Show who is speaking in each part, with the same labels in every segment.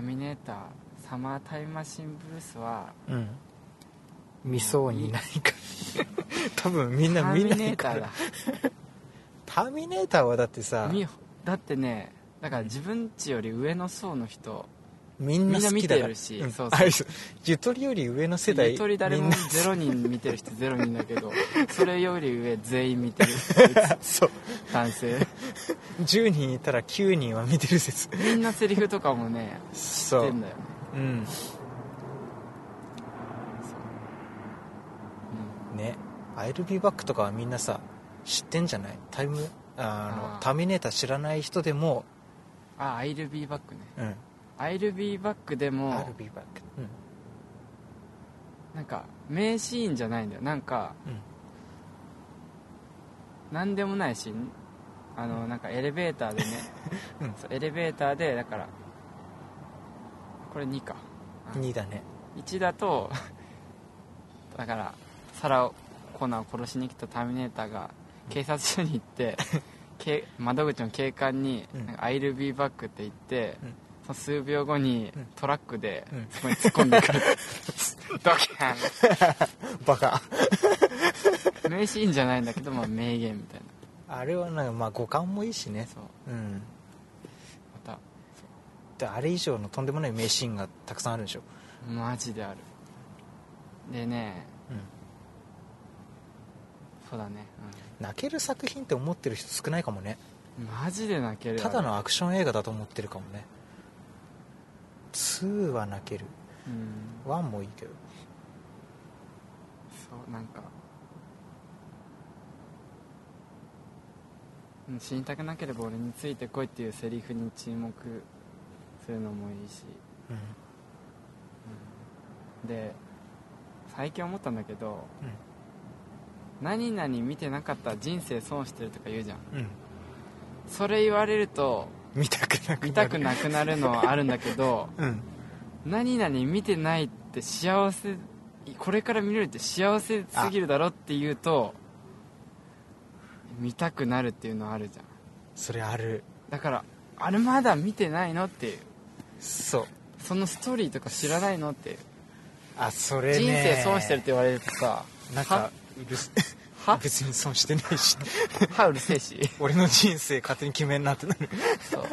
Speaker 1: めたサマータイムマシンブルースは
Speaker 2: うん見そうにないか 多分みん
Speaker 1: タ
Speaker 2: な
Speaker 1: ー
Speaker 2: 見
Speaker 1: ミ
Speaker 2: な
Speaker 1: ネー
Speaker 2: い
Speaker 1: ター
Speaker 2: か
Speaker 1: だ
Speaker 2: らターミネーターはだってさ
Speaker 1: 見よだってねだから自分ちより上の層の人
Speaker 2: みんな好きだか
Speaker 1: みんな見て
Speaker 2: ら
Speaker 1: るし
Speaker 2: うん
Speaker 1: そうそう
Speaker 2: あれですゆとりより上の世代
Speaker 1: ゆとり誰
Speaker 2: み
Speaker 1: も
Speaker 2: んな
Speaker 1: 0人見てる人0人 だけどそれより上全員見てる
Speaker 2: そう
Speaker 1: 男性
Speaker 2: 10人いたら9人は見てる説
Speaker 1: みんなセリフとかもね知っ
Speaker 2: そ
Speaker 1: て
Speaker 2: うん
Speaker 1: だよね、
Speaker 2: うん
Speaker 1: うん
Speaker 2: ね「I'll be back」とかはみんなさ知ってんじゃないタイムああの
Speaker 1: あー
Speaker 2: ターミネーター知らない人でも
Speaker 1: あ「アイルビーバック」ね
Speaker 2: 「うん、
Speaker 1: 「アイルビーバック」でも
Speaker 2: I'll be back」
Speaker 1: なんか名シーンじゃないんだよなんか、
Speaker 2: うん
Speaker 1: なんでもないシーンあのなんかエレベーターでね、
Speaker 2: うん
Speaker 1: そうエレベーターでだからこれ2か
Speaker 2: うん、2だね
Speaker 1: 1だと だからサラをコナーを殺しに来たターミネーターが警察署に行 って、け窓口の警官に
Speaker 2: うん
Speaker 1: 「アイルビーバック」って言って、
Speaker 2: うん
Speaker 1: その数秒後に
Speaker 2: うん
Speaker 1: トラックで
Speaker 2: うん
Speaker 1: そこに突っ込んでく る、ドキャン
Speaker 2: バカ
Speaker 1: 名シーンじゃないんだけど、まあ、名言みたいな
Speaker 2: あれはなんかまあ五感もいいしね
Speaker 1: そう
Speaker 2: うん
Speaker 1: また
Speaker 2: であれ以上のとんでもない名シーンがたくさんあるでしょ
Speaker 1: マジであるでね
Speaker 2: うん
Speaker 1: そうだね、
Speaker 2: 泣ける作品って思ってる人少ないかもね
Speaker 1: うん、マジで泣けるよ
Speaker 2: ただ、のアクション映画だと思ってるかもね2は泣ける
Speaker 1: うん、
Speaker 2: 1もいいけど
Speaker 1: そうなんかうん死にたくなければ俺についてこいっていうセリフに注目するのもいいし、
Speaker 2: うん
Speaker 1: うんで最近思ったんだけど何々見てなかったら人生損してるとか言うじゃん
Speaker 2: うん、うん、
Speaker 1: それ言われると
Speaker 2: 見たくなくなる
Speaker 1: 見たくなくなるのはあるんだけど
Speaker 2: うん
Speaker 1: 何々見てないって幸せこれから見れるって幸せすぎるだろって言うと見たくなるっていうのあるじゃん
Speaker 2: それある
Speaker 1: だからあれまだ見てないのっていう
Speaker 2: そう
Speaker 1: そのストーリーとか知らないのっていう
Speaker 2: あそれね
Speaker 1: 人生損してるって言われるとさ
Speaker 2: な
Speaker 1: は
Speaker 2: んかうるせ
Speaker 1: は
Speaker 2: 別に損してないし
Speaker 1: 歯うるせえし
Speaker 2: 俺の人生勝手に決めんなってなる
Speaker 1: そう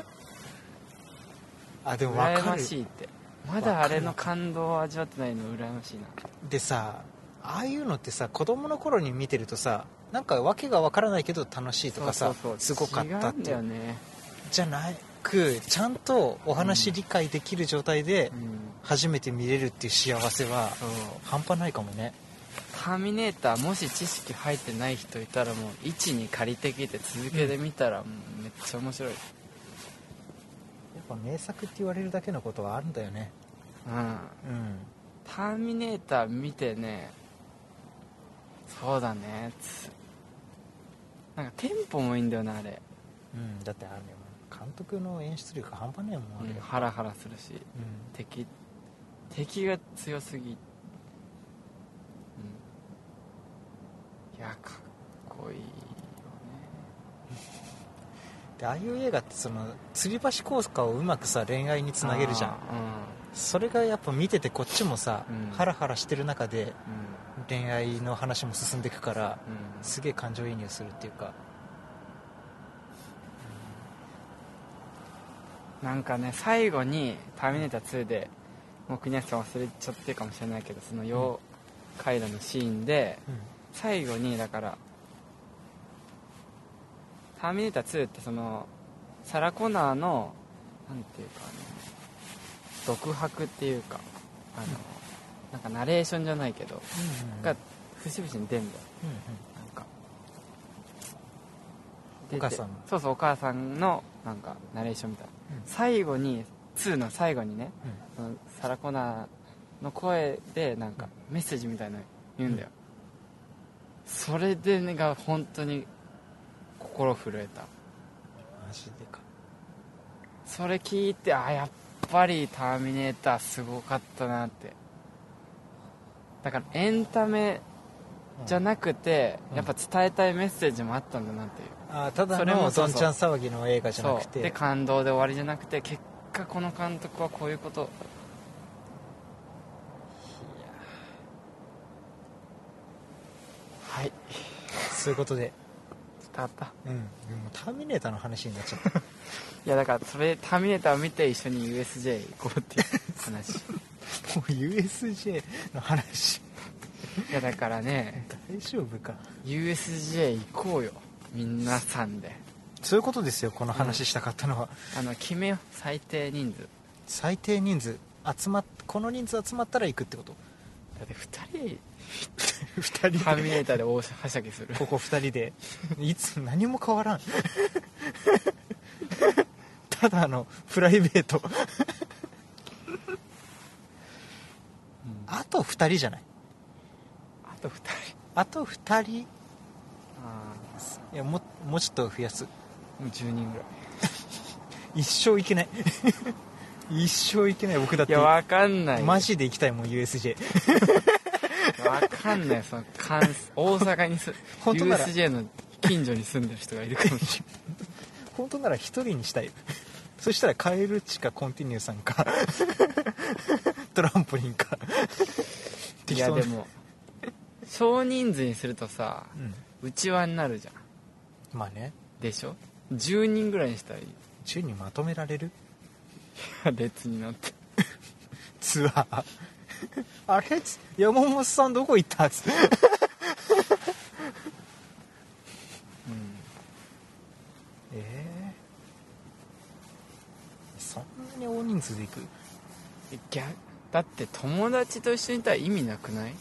Speaker 2: あでも分
Speaker 1: 羨
Speaker 2: か
Speaker 1: ま
Speaker 2: る
Speaker 1: しいってまだあれの感動を味わってないの羨ましいな
Speaker 2: でさああいうのってさ子供の頃に見てるとさなんか訳が分からないけど楽しいとかさ
Speaker 1: そうそう
Speaker 2: すご
Speaker 1: そう
Speaker 2: かったってい
Speaker 1: 違う
Speaker 2: うん
Speaker 1: だよね
Speaker 2: じゃなくちゃんとお話理解できる状態で
Speaker 1: うん
Speaker 2: 初めて見れるっていう幸せは
Speaker 1: そう
Speaker 2: 半端ないかもね
Speaker 1: ターミネーターもし知識入ってない人いたらもう1に借りてきて続けてみたらもうめっちゃ面白い
Speaker 2: やっぱ名作って言われるだけのことはあるんだよね
Speaker 1: うん
Speaker 2: うん
Speaker 1: ターミネーター見てねそうだねつなんかテンポもいいんだよなあれ、
Speaker 2: うんだってあれ監督の演出力半端ないもんあれ
Speaker 1: うんハラハラするし
Speaker 2: うん
Speaker 1: 敵敵が強すぎ、うん、いやかっこいいよ
Speaker 2: でああいう映画ってその吊り橋効果をうまくさ恋愛に
Speaker 1: ね
Speaker 2: つなげるじゃん
Speaker 1: あ
Speaker 2: それがやっぱ見ててこっちもさ、
Speaker 1: うん
Speaker 2: ハラハラしてる中で
Speaker 1: ーうん
Speaker 2: 恋愛の話も進んでいくから
Speaker 1: うん
Speaker 2: すげえ感情移入するっていうか
Speaker 1: うんなんかね最後に「ターミネーター2」でもう国安さん忘れちゃってるかもしれないけどその妖怪らのシーンで、最後にだから「ターミネーター2」ってそのサラ・コナーのなんていうかね独白っていうかあの、なんかナレーションじゃないけど、が節々に出るんだよ
Speaker 2: うんうん
Speaker 1: なんか
Speaker 2: お母さん
Speaker 1: 出
Speaker 2: の
Speaker 1: てそうそうお母さんのなんかナレーションみたいな、
Speaker 2: うん
Speaker 1: 最後に2の最後にね、
Speaker 2: うん
Speaker 1: そのサラ・コナーの声でなんかメッセージみたいなの言うんだよ、それでねが本当に心震えた
Speaker 2: マジでか
Speaker 1: それ聞いてあやっぱり「ターミネーター」すごかったなってだからエンタメじゃなくて、
Speaker 2: うん
Speaker 1: やっぱ伝えたいメッセージもあったんだなっていう
Speaker 2: あーただ
Speaker 1: それも
Speaker 2: の
Speaker 1: そ
Speaker 2: ど
Speaker 1: うんそう
Speaker 2: ちゃん騒ぎの映画じゃなく
Speaker 1: そうで
Speaker 2: て
Speaker 1: 感動で終わりじゃなくて結かこの監督はこういうこといやはい
Speaker 2: そういうことで
Speaker 1: 伝わった
Speaker 2: うんもうターミネーターの話になっちゃった
Speaker 1: いやだからそれ「ターミネーター」見て一緒に USJ 行こうっていう 話
Speaker 2: もう USJ の話
Speaker 1: いやだからね
Speaker 2: 大丈夫か
Speaker 1: USJ 行こうよ皆さんで
Speaker 2: そういうことですよこの話したかったのは、
Speaker 1: あの決めよう最低人数
Speaker 2: 最低人数集まっこの人数集まったら行くってこと
Speaker 1: だって2
Speaker 2: 2
Speaker 1: 人
Speaker 2: 人
Speaker 1: ターミネーターで大はしゃぎする
Speaker 2: ここ2人でいつ何も変わらんただのプライベート
Speaker 1: うんあ
Speaker 2: あと2人じゃない
Speaker 1: と2人
Speaker 2: あと2人い
Speaker 1: あ
Speaker 2: やももうちょっと増やす
Speaker 1: あもう10人ぐらい
Speaker 2: 一生行けない一生行けない僕だっ
Speaker 1: い
Speaker 2: て
Speaker 1: やわかんないよ
Speaker 2: マジで行きたいもん USJ
Speaker 1: わかんないその関西大阪にす
Speaker 2: 本当なら
Speaker 1: USJ の近所に住んでる人がいるかもし
Speaker 2: 本当なら1人にしたいそしたらカエルチかコンティニューさんかトランポリンか
Speaker 1: れないい
Speaker 2: 適
Speaker 1: や
Speaker 2: 当
Speaker 1: で
Speaker 2: な
Speaker 1: も少人数にするとさ
Speaker 2: うん
Speaker 1: うちわになるじゃん
Speaker 2: まあね
Speaker 1: でしょ10人ぐらいにしたらいい
Speaker 2: 10人まとめられる
Speaker 1: 列になって
Speaker 2: ツアー あれつ山本さんどこ行ったつって
Speaker 1: うん
Speaker 2: えーそんなに大人数で行く
Speaker 1: え逆だって友達と一緒にいたら意味なくない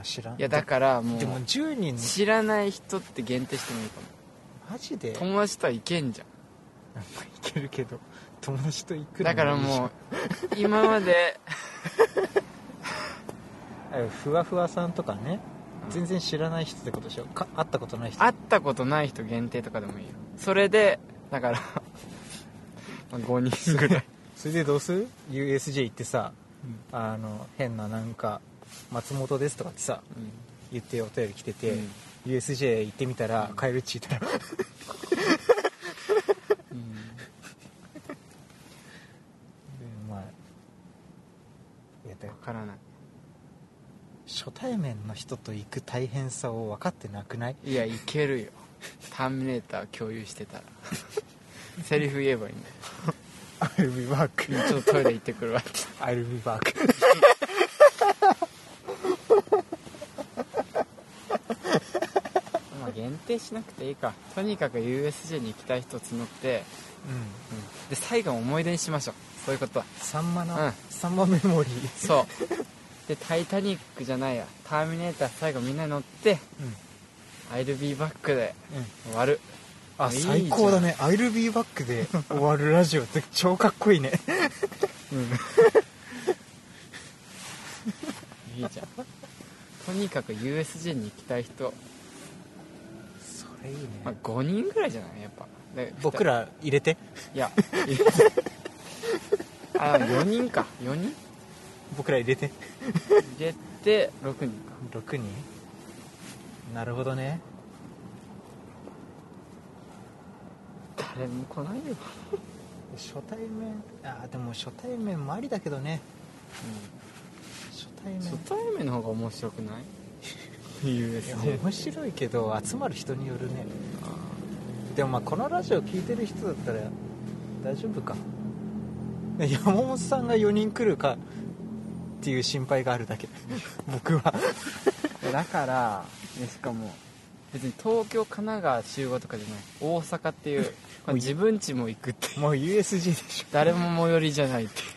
Speaker 2: あ知らん
Speaker 1: いやだからもう
Speaker 2: でも10人
Speaker 1: 知らない人って限定してもいいかも
Speaker 2: マジで
Speaker 1: 友達とはいけんじゃん
Speaker 2: まあ行けるけど友達と行くの
Speaker 1: だから
Speaker 2: いいじゃ
Speaker 1: も
Speaker 2: ん
Speaker 1: う今まで
Speaker 2: あふわふわさんとかね
Speaker 1: うん
Speaker 2: 全然知らない人ってことでしょか会ったことない人
Speaker 1: 会ったことない人限定とかでもいいよそれでだから まあ5人ぐ らい、
Speaker 2: それでどうする USJ 行ってさあの変ななんか松本ですとかってさ
Speaker 1: うん
Speaker 2: 言ってお便り来てて、
Speaker 1: うん
Speaker 2: USJ 行ってみたら
Speaker 1: うん
Speaker 2: カエルチいたら
Speaker 1: うん
Speaker 2: うんまあいやだ
Speaker 1: 分からない
Speaker 2: 初対面の人と行く大変さを分かってなくない
Speaker 1: いやいけるよターミネーター共有してたらセリフ言えばいいんだよ
Speaker 2: I'll be back
Speaker 1: ちょっとトイレ行ってくるわって
Speaker 2: I'll be back
Speaker 1: まあ限定しなくていいかとにかく USJ に行きたい人募って、
Speaker 2: うん
Speaker 1: で最後思い出にしましょうそういうことは
Speaker 2: サンマの、
Speaker 1: うん
Speaker 2: サンマメモリー
Speaker 1: そう で「タイタニック」じゃないや「ターミネーター」最後みんな乗って「I'll be back」で
Speaker 2: うんうん
Speaker 1: 終わる
Speaker 2: あ
Speaker 1: いいじゃん
Speaker 2: 最高だね「I'll be back」で終わるラジオって超かっこいいね
Speaker 1: いいじゃん とにかく USJ に行きたい人、
Speaker 2: それいいね、
Speaker 1: まあ、5人ぐらいじゃないやっぱで
Speaker 2: 僕ら入れて
Speaker 1: い やあ4人か4人
Speaker 2: 僕ら入れて
Speaker 1: 入れて6人か
Speaker 2: 6人なるほどね
Speaker 1: 誰も来ないよ、
Speaker 2: 初対面あーでも初対面もありだけどね初対
Speaker 1: うん、
Speaker 2: 面
Speaker 1: 初対面の方が面白くない
Speaker 2: いや
Speaker 1: USJ
Speaker 2: 面白いけど集まる人によるねでもまあこのラジオ聞いてる人だったら大丈夫か山本さんが4人来るかっていう心配があるだけ 僕は
Speaker 1: でだからでしかも別に東京神奈川集合とかじゃない大阪って いう、まあ、自分家も行くっていう
Speaker 2: もう USG でしょ
Speaker 1: 誰も最寄りじゃないっていう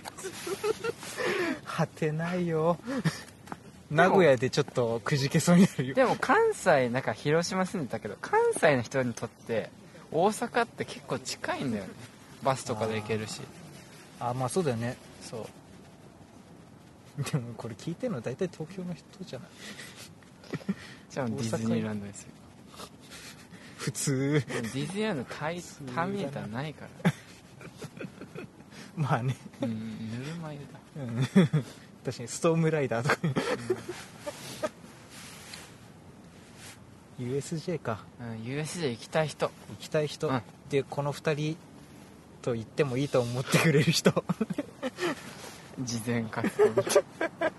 Speaker 2: 果てないよ 名古屋でちょっとくじけそうにな るよ
Speaker 1: でも関西なんか広島住んでたけど関西の人にとって大阪って結構近いんだよねバスとかで行けるし
Speaker 2: あまあそうだよね
Speaker 1: そう
Speaker 2: でもこれ聞いてるの大体東京の人じゃない
Speaker 1: じゃあディズニーランドですよ
Speaker 2: 普通
Speaker 1: でもディズニーランドタイ
Speaker 2: そうだな
Speaker 1: ターミネーターない から
Speaker 2: まあね、
Speaker 1: うんぬるま湯だ
Speaker 2: うん、 確かにストームライダーとか USJ か
Speaker 1: うん、うん、USJ 行きたい人
Speaker 2: 行きたい人、
Speaker 1: うん
Speaker 2: でこの2人と言ってもいいと思ってくれる人
Speaker 1: 事前活動みたいな、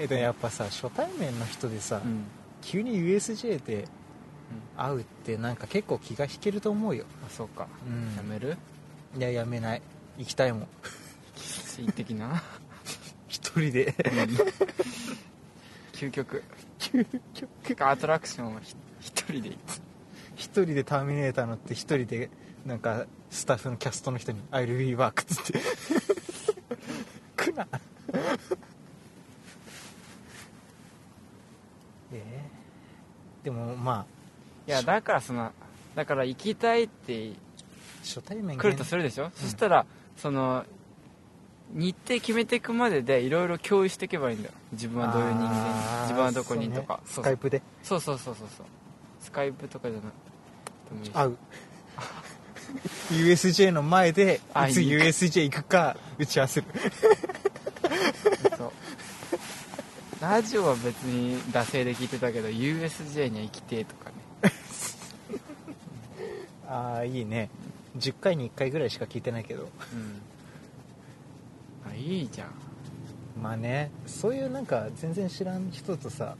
Speaker 2: えっとやっぱさ初対面の人でさ、
Speaker 1: うん
Speaker 2: 急に USJ で会うってなんか結構気が引けると思うよ
Speaker 1: あそうか、
Speaker 2: うん
Speaker 1: やめる
Speaker 2: いややめない行きたいもん
Speaker 1: 恣意的な
Speaker 2: 一人で
Speaker 1: 究極
Speaker 2: 究極
Speaker 1: 結構アトラクションをひ一人で行って
Speaker 2: 一人でターミネーター乗って一人でなんかスタッフのキャストの人に「I'll be back」っつ って来なででもま
Speaker 1: い やだからそのだから行きたいって
Speaker 2: あ初対面
Speaker 1: 来るとするでしょ、そしたらその日程決めていくまででいろいろ共有していけばいいんだよ自分はどういう人間
Speaker 2: あー
Speaker 1: 自分はどこにとか
Speaker 2: そ
Speaker 1: そうう
Speaker 2: ねスカイプで
Speaker 1: そうそうそうそうそうスカイプとかじゃなくてもいいし
Speaker 2: 会う USJ の前で
Speaker 1: 会
Speaker 2: い
Speaker 1: い
Speaker 2: つ
Speaker 1: に行く
Speaker 2: USJ 行くか打ち合わせる
Speaker 1: そうラジオは別に惰性で聞いてたけど USJ には行きてえとかね
Speaker 2: ああいいね10回に1回ぐらいしか聞いてないけど
Speaker 1: うんあいいじゃん
Speaker 2: まあねそういうなんか全然知らん人とさ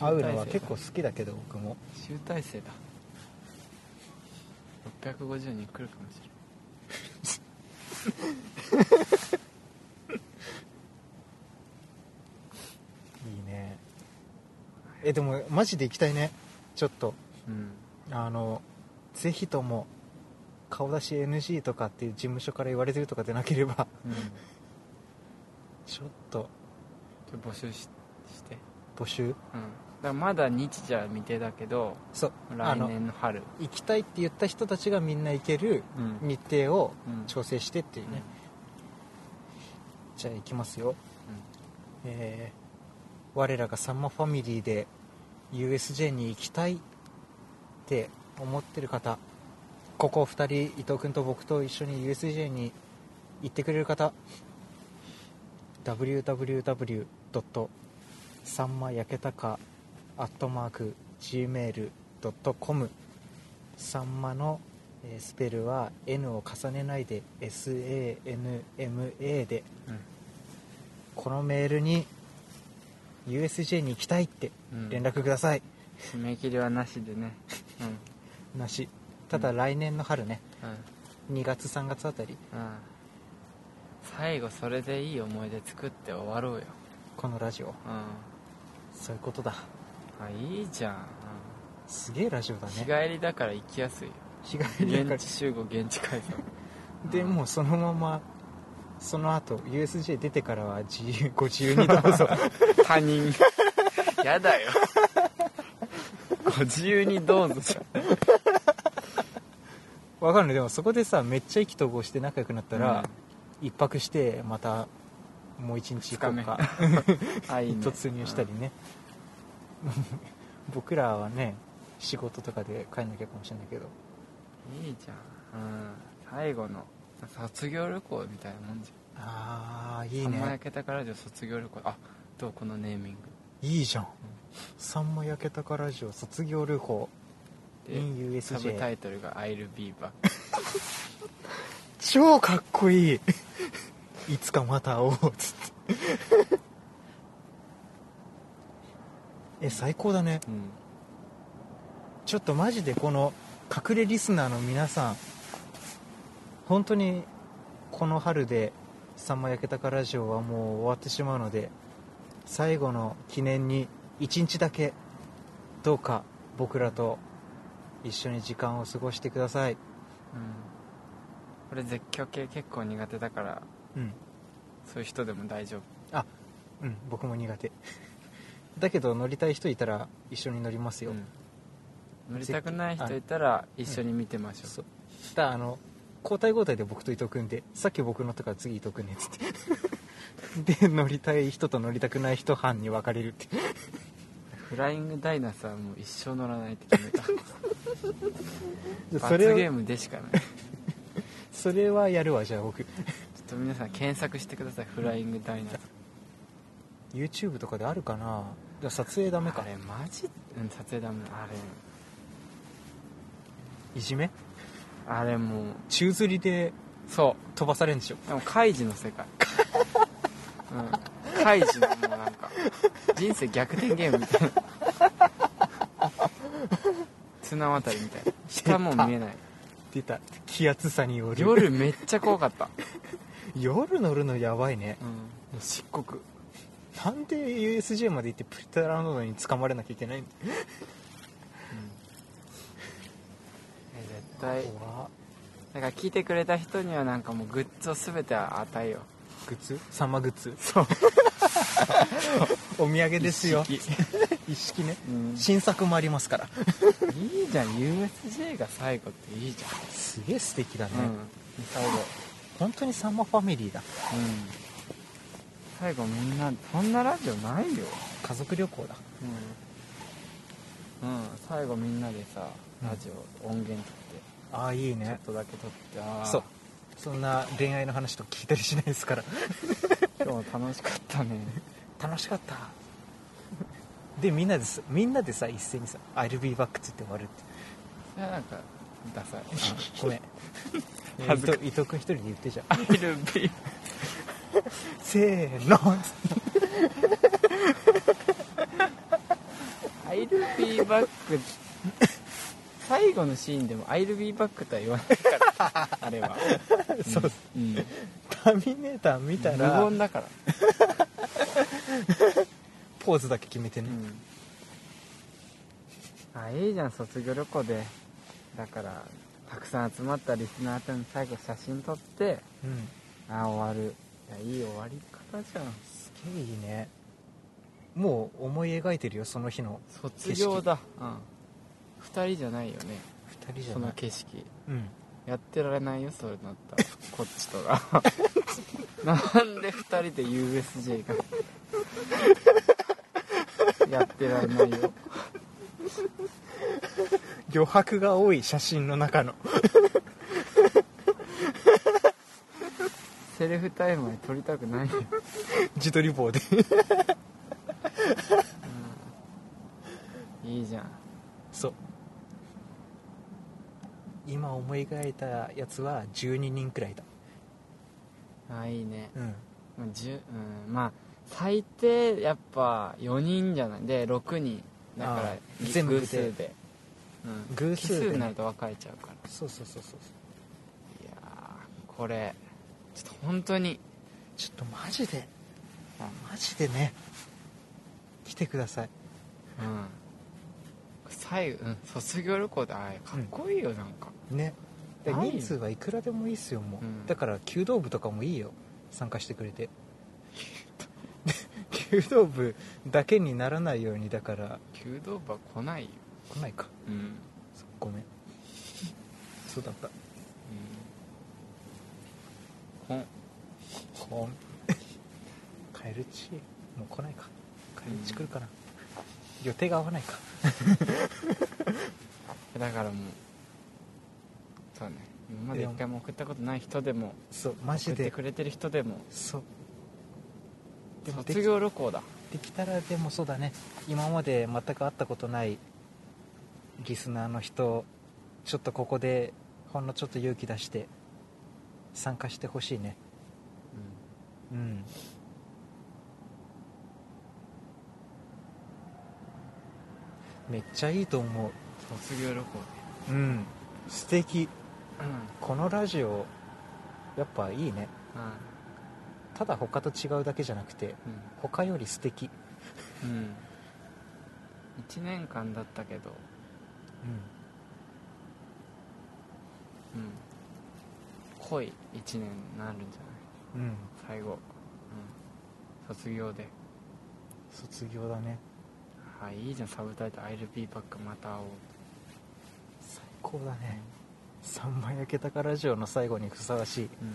Speaker 2: 会うのは
Speaker 1: 集大成だ
Speaker 2: 結構好きだけど僕も
Speaker 1: 集大成だ650人来るかもしれない
Speaker 2: いいねえでもマジで行きたいねちょっと
Speaker 1: うん
Speaker 2: あのぜひとも顔出し NG とかっていう事務所から言われてるとかでなければ
Speaker 1: うん
Speaker 2: ちょっと
Speaker 1: ちょ募集しして
Speaker 2: 募集
Speaker 1: うんだからまだ日時は未定だけど
Speaker 2: そうあ
Speaker 1: 来
Speaker 2: の
Speaker 1: 年の春
Speaker 2: 行きたいって言った人たちがみんな行ける
Speaker 1: うん
Speaker 2: 日程を
Speaker 1: うん
Speaker 2: 調整してっていうね、じゃあ行きますよえー我らがサンマファミリーで USJ に行きたいって思ってる方ここ2人伊藤君と僕と一緒に USJ に行ってくれる方 www. サンマ焼けたか gmail.com サンマのえースペルは N を重ねないで SANMA で
Speaker 1: うん
Speaker 2: このメールに USJ に行きたいって
Speaker 1: うん
Speaker 2: 連絡ください、
Speaker 1: 締め切りはなしでね
Speaker 2: なしただ来年の春ね
Speaker 1: うんうん
Speaker 2: 2月3月あたり
Speaker 1: うん最後それでいい思い出作って終わろうよ
Speaker 2: このラジオ
Speaker 1: うん
Speaker 2: そういうことだ
Speaker 1: あいいじゃん、
Speaker 2: すげえラジオだ
Speaker 1: 日
Speaker 2: ね
Speaker 1: 帰りだから行きやすい よ
Speaker 2: 日帰りだから
Speaker 1: 現地集合現地解散
Speaker 2: でもうそのままその後 USJ 出てからは自由 ご自由にどうぞ
Speaker 1: 他 人やだよご自由にどうぞじゃ
Speaker 2: わかるねでもそこでさめっちゃ意気投合して仲良くなったら、一泊してまたもう一日行こうか
Speaker 1: あいい、ね、
Speaker 2: 突入したりね 僕らはね仕事とかで帰んなきゃかもしれないけど
Speaker 1: うんいいじゃん、うん、最後の卒業旅行みたいなもんじ
Speaker 2: ああい
Speaker 1: ゃん
Speaker 2: い
Speaker 1: 「甘
Speaker 2: ね
Speaker 1: 焼けたからじゃ卒業旅行」あどうこのネーミング
Speaker 2: いいじゃん「さんま焼けたかラジオ卒業旅行
Speaker 1: で
Speaker 2: in
Speaker 1: サブ
Speaker 2: USJ
Speaker 1: タ」イトルが「I'll be back
Speaker 2: 超かっこいい いつかまた会おうっつってえ最高だね」
Speaker 1: うん
Speaker 2: ちょっとマジでこの隠れリスナーの皆さん本当にこの春で「さんま焼けたかラジオ」はもう終わってしまうので最後の記念に一日だけどうか僕らと一緒に時間を過ごしてください
Speaker 1: うんこれ絶叫系結構苦手だから
Speaker 2: うん
Speaker 1: そういう人でも大丈夫
Speaker 2: うん僕も苦手 だけど乗りたい人いたら一緒に乗りますよ、
Speaker 1: うん乗りたくない人いたら一緒に見てましょう、
Speaker 2: そうただあの交代交代で僕と伊藤君でさっき僕のとから次伊藤君ねっつって で乗りたい人と乗りたくない人班に分かれるって
Speaker 1: フライングダイナさんはもう一生乗らないって決めた
Speaker 2: そ
Speaker 1: 罰ゲ
Speaker 2: れ
Speaker 1: ー
Speaker 2: を
Speaker 1: ムでしかないちょ
Speaker 2: それはやるわじゃあ僕
Speaker 1: っと皆さん検索してくださいフライングダイナさん
Speaker 2: YouTube とかであるかなじゃあ撮影ダメか
Speaker 1: あれマジ、うん、撮影ダメだあれ
Speaker 2: いじめ
Speaker 1: あれもう
Speaker 2: 宙吊りで
Speaker 1: そ
Speaker 2: 飛ばされるんでしょ
Speaker 1: うでもカイジの世界、うん、カイジのもうなんか人生逆転ゲームみたいな綱渡りみたいな下もう見えない
Speaker 2: 出た気圧差による
Speaker 1: 夜めっちゃ怖かった、
Speaker 2: 夜乗るのやばいね
Speaker 1: うん、漆黒
Speaker 2: なんで USJ まで行ってプリタラノドンに捕まれなきゃいけないの
Speaker 1: え絶対
Speaker 2: 怖っ
Speaker 1: だから聞いてくれた人にはなんかもうグッズを全て与えよ
Speaker 2: グッズサンマグッズそうお土産
Speaker 1: う
Speaker 2: ですよ
Speaker 1: 一式
Speaker 2: 一式ね
Speaker 1: うん
Speaker 2: 新作もありますから
Speaker 1: いいじゃん USJ が最後っていいじゃ
Speaker 2: すげえ素敵だね、
Speaker 1: ん、うん、最後
Speaker 2: 本当にサンマファミリーだ
Speaker 1: うん最後みんなそんなラジオないよ
Speaker 2: 家族旅行だ
Speaker 1: うん、うん、最後みんなでさ
Speaker 2: うん
Speaker 1: ラジオ音源取って
Speaker 2: ああい
Speaker 1: ち
Speaker 2: い
Speaker 1: ょっ
Speaker 2: ね
Speaker 1: とだけ撮ってああ
Speaker 2: そうそんな恋愛の話とか聞いたりしないですから
Speaker 1: 今日も楽しかったね
Speaker 2: 楽しかったでみんなですみんなでさ一斉にさ「I'll be back」って言って終わるって
Speaker 1: いやなんかダサい
Speaker 2: あごめん伊
Speaker 1: 恥ず
Speaker 2: 藤
Speaker 1: か
Speaker 2: 伊藤君一人で言ってじゃん
Speaker 1: I'll be
Speaker 2: せーの
Speaker 1: I'll be back 最後のシーンでも I'll be back とは言わないからあれは
Speaker 2: そう
Speaker 1: うん
Speaker 2: ターミネーター見た
Speaker 1: 無
Speaker 2: ら
Speaker 1: 言だから、
Speaker 2: ポーズだけ決めて
Speaker 1: う
Speaker 2: ね、
Speaker 1: ん、あいいじゃん卒業旅行でだからたくさん集まったリスナーとの最後写真撮って
Speaker 2: うん、
Speaker 1: あ終わるいやいい終わり方じゃん
Speaker 2: すげえいいねもう思い描いてるよその日の
Speaker 1: 卒業だ、うん、2人じゃないよね
Speaker 2: 2人じゃ
Speaker 1: そ
Speaker 2: な
Speaker 1: の
Speaker 2: い
Speaker 1: 景色
Speaker 2: うん
Speaker 1: やってられないよそうなった らこっちとらなんで2人で USJ がやってられないよ
Speaker 2: 余白が多い写真の中の
Speaker 1: セルフタイムは撮りたくないよ
Speaker 2: 自撮り棒で
Speaker 1: いいじゃん
Speaker 2: そう今思い描いたやつは12人くらいだ
Speaker 1: ああいいね
Speaker 2: うん
Speaker 1: まあじゅうんまあ最低やっぱ4人じゃないで6人だか
Speaker 2: あ
Speaker 1: ら
Speaker 2: ー全部で
Speaker 1: 偶数で、うん、
Speaker 2: 偶
Speaker 1: 奇
Speaker 2: 数でね
Speaker 1: 数になると分かれちゃうから
Speaker 2: そうそうそうそう
Speaker 1: いやーこれちょっと本当に
Speaker 2: ちょっとマジで
Speaker 1: あ
Speaker 2: マジでね来てください
Speaker 1: うん最後、うん、卒業旅行であれかっこいいよ、なんか
Speaker 2: ねで
Speaker 1: はい
Speaker 2: 人数はいくらでもいいっすよもう、
Speaker 1: うん
Speaker 2: だから弓道部とかもいいよ参加してくれて 弓道部だけにならないようにだから
Speaker 1: 弓道部は来ないよ
Speaker 2: 来ないか
Speaker 1: うん、うん、
Speaker 2: そうごめんそうだった
Speaker 1: こん
Speaker 2: ほんカエルチもう来ないかカエルチ来るかな、予定が合わないか
Speaker 1: だからもうそうね今まで一回も送ったことない人でも
Speaker 2: そうマ
Speaker 1: 送
Speaker 2: ジ
Speaker 1: って
Speaker 2: で
Speaker 1: くれてる人でも
Speaker 2: そうでもでき
Speaker 1: 卒業旅行だ
Speaker 2: できたらでもそうだね今まで全く会ったことないリスナーの人ちょっとここでほんのちょっと勇気出して参加してほしいねうんめっちゃいいと思
Speaker 1: 卒業旅行
Speaker 2: ううん素敵
Speaker 1: でうん、
Speaker 2: このラジオやっぱいいねただ他と違うだけじゃなくて他より素敵
Speaker 1: うんうん、1年間だったけど、
Speaker 2: うん
Speaker 1: うん、濃い1年になるんじ
Speaker 2: うん
Speaker 1: ゃない最後、うん、卒業で
Speaker 2: 卒業だね
Speaker 1: はいいいじゃんサブタイトル「I'll be back また会おう
Speaker 2: 最高だね三枚焼けたかラジオの最後にふさわしい」
Speaker 1: うん、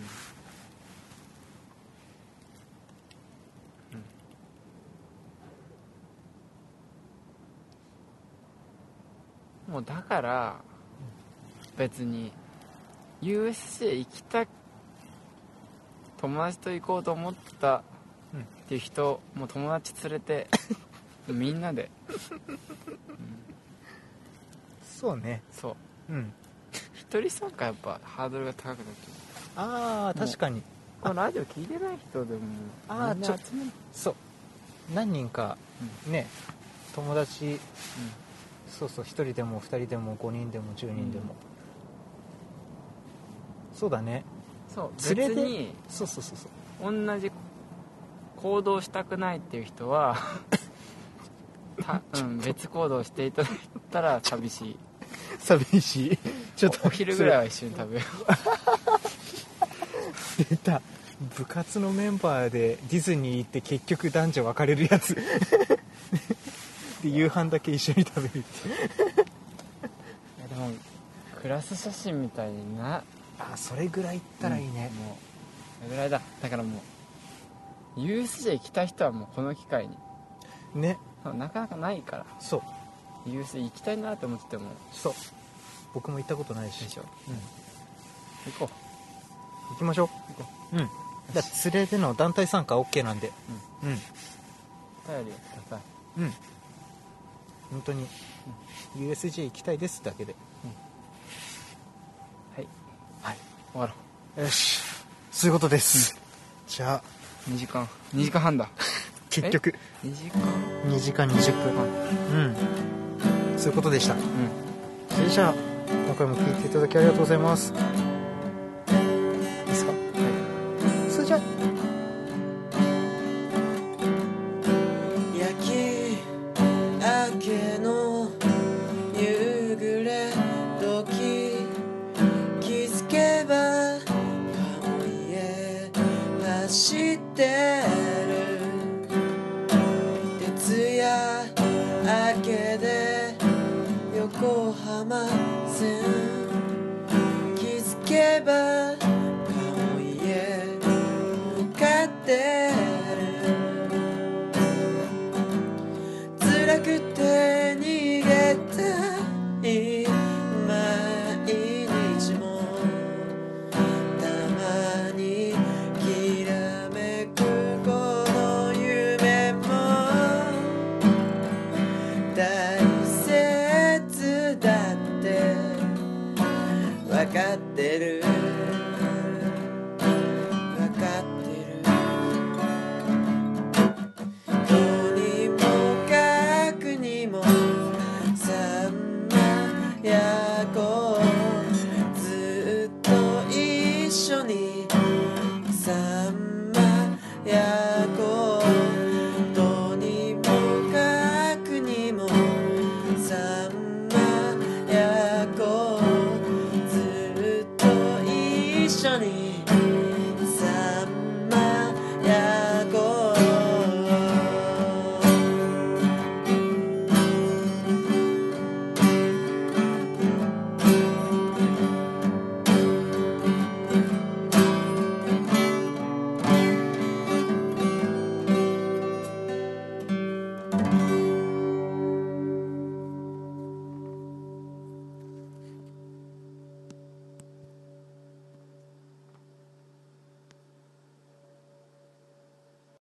Speaker 1: うん、もうだから別に USJ 行きた友達と行こうと思ってた
Speaker 2: うん
Speaker 1: っていう人もう友達連れ てみんなで
Speaker 2: そうね
Speaker 1: そう
Speaker 2: うん
Speaker 1: 一一人参加やっぱハードルが高くなっちゃ
Speaker 2: ああ
Speaker 1: もう
Speaker 2: 確かに
Speaker 1: うこのラジオ聞いてない人でも
Speaker 2: あー
Speaker 1: みんな
Speaker 2: ちょ
Speaker 1: 集める
Speaker 2: そう何人かね友達
Speaker 1: うん
Speaker 2: そうそう1人でも2人でも5人でも10人でも、そうだね
Speaker 1: そう
Speaker 2: 連れ
Speaker 1: 別
Speaker 2: て
Speaker 1: に
Speaker 2: そうそうそうそう
Speaker 1: 同じ行動したくないっていう人 はた、うん、別行動していただいたら寂しい
Speaker 2: 寂しいちょっと
Speaker 1: お昼ぐらいは一緒に食べよ
Speaker 2: それ出た部活のメンバーでディズニー行って結局男女別れる やつで夕飯だけ一緒に食べるっていう
Speaker 1: ういやでもクラス写真みたいにな
Speaker 2: あそれぐらい行ったらいいね
Speaker 1: うん、もうそれぐらいだだからもう USJ 来た人はもうこの機会に
Speaker 2: ね
Speaker 1: そうなかなかないから
Speaker 2: そう
Speaker 1: USJ 行きたいなと思ってても
Speaker 2: そう僕も行ったことないし
Speaker 1: でしょ
Speaker 2: うん
Speaker 1: 行こ
Speaker 2: 行きましょ
Speaker 1: 行こ
Speaker 2: ううんだから連れでの団体参加 OK なんでうん
Speaker 1: うお便りをください
Speaker 2: うん本当に、USJ 行きたいですだけで
Speaker 1: はい
Speaker 2: はい
Speaker 1: 終わろ
Speaker 2: よしそういうことです、じゃあ
Speaker 1: う2時間2時間半だ
Speaker 2: 結局
Speaker 1: 2時間
Speaker 2: 2時間20分
Speaker 1: 半
Speaker 2: うんそういうことでした
Speaker 1: うん
Speaker 2: それじゃあ今回も聞いていただきありがとうございますいいですかそれじゃあ
Speaker 3: 焼き明けの夕暮れ時気づけば顔へ走ってる徹夜明けで横浜線気づけば顔へ向かって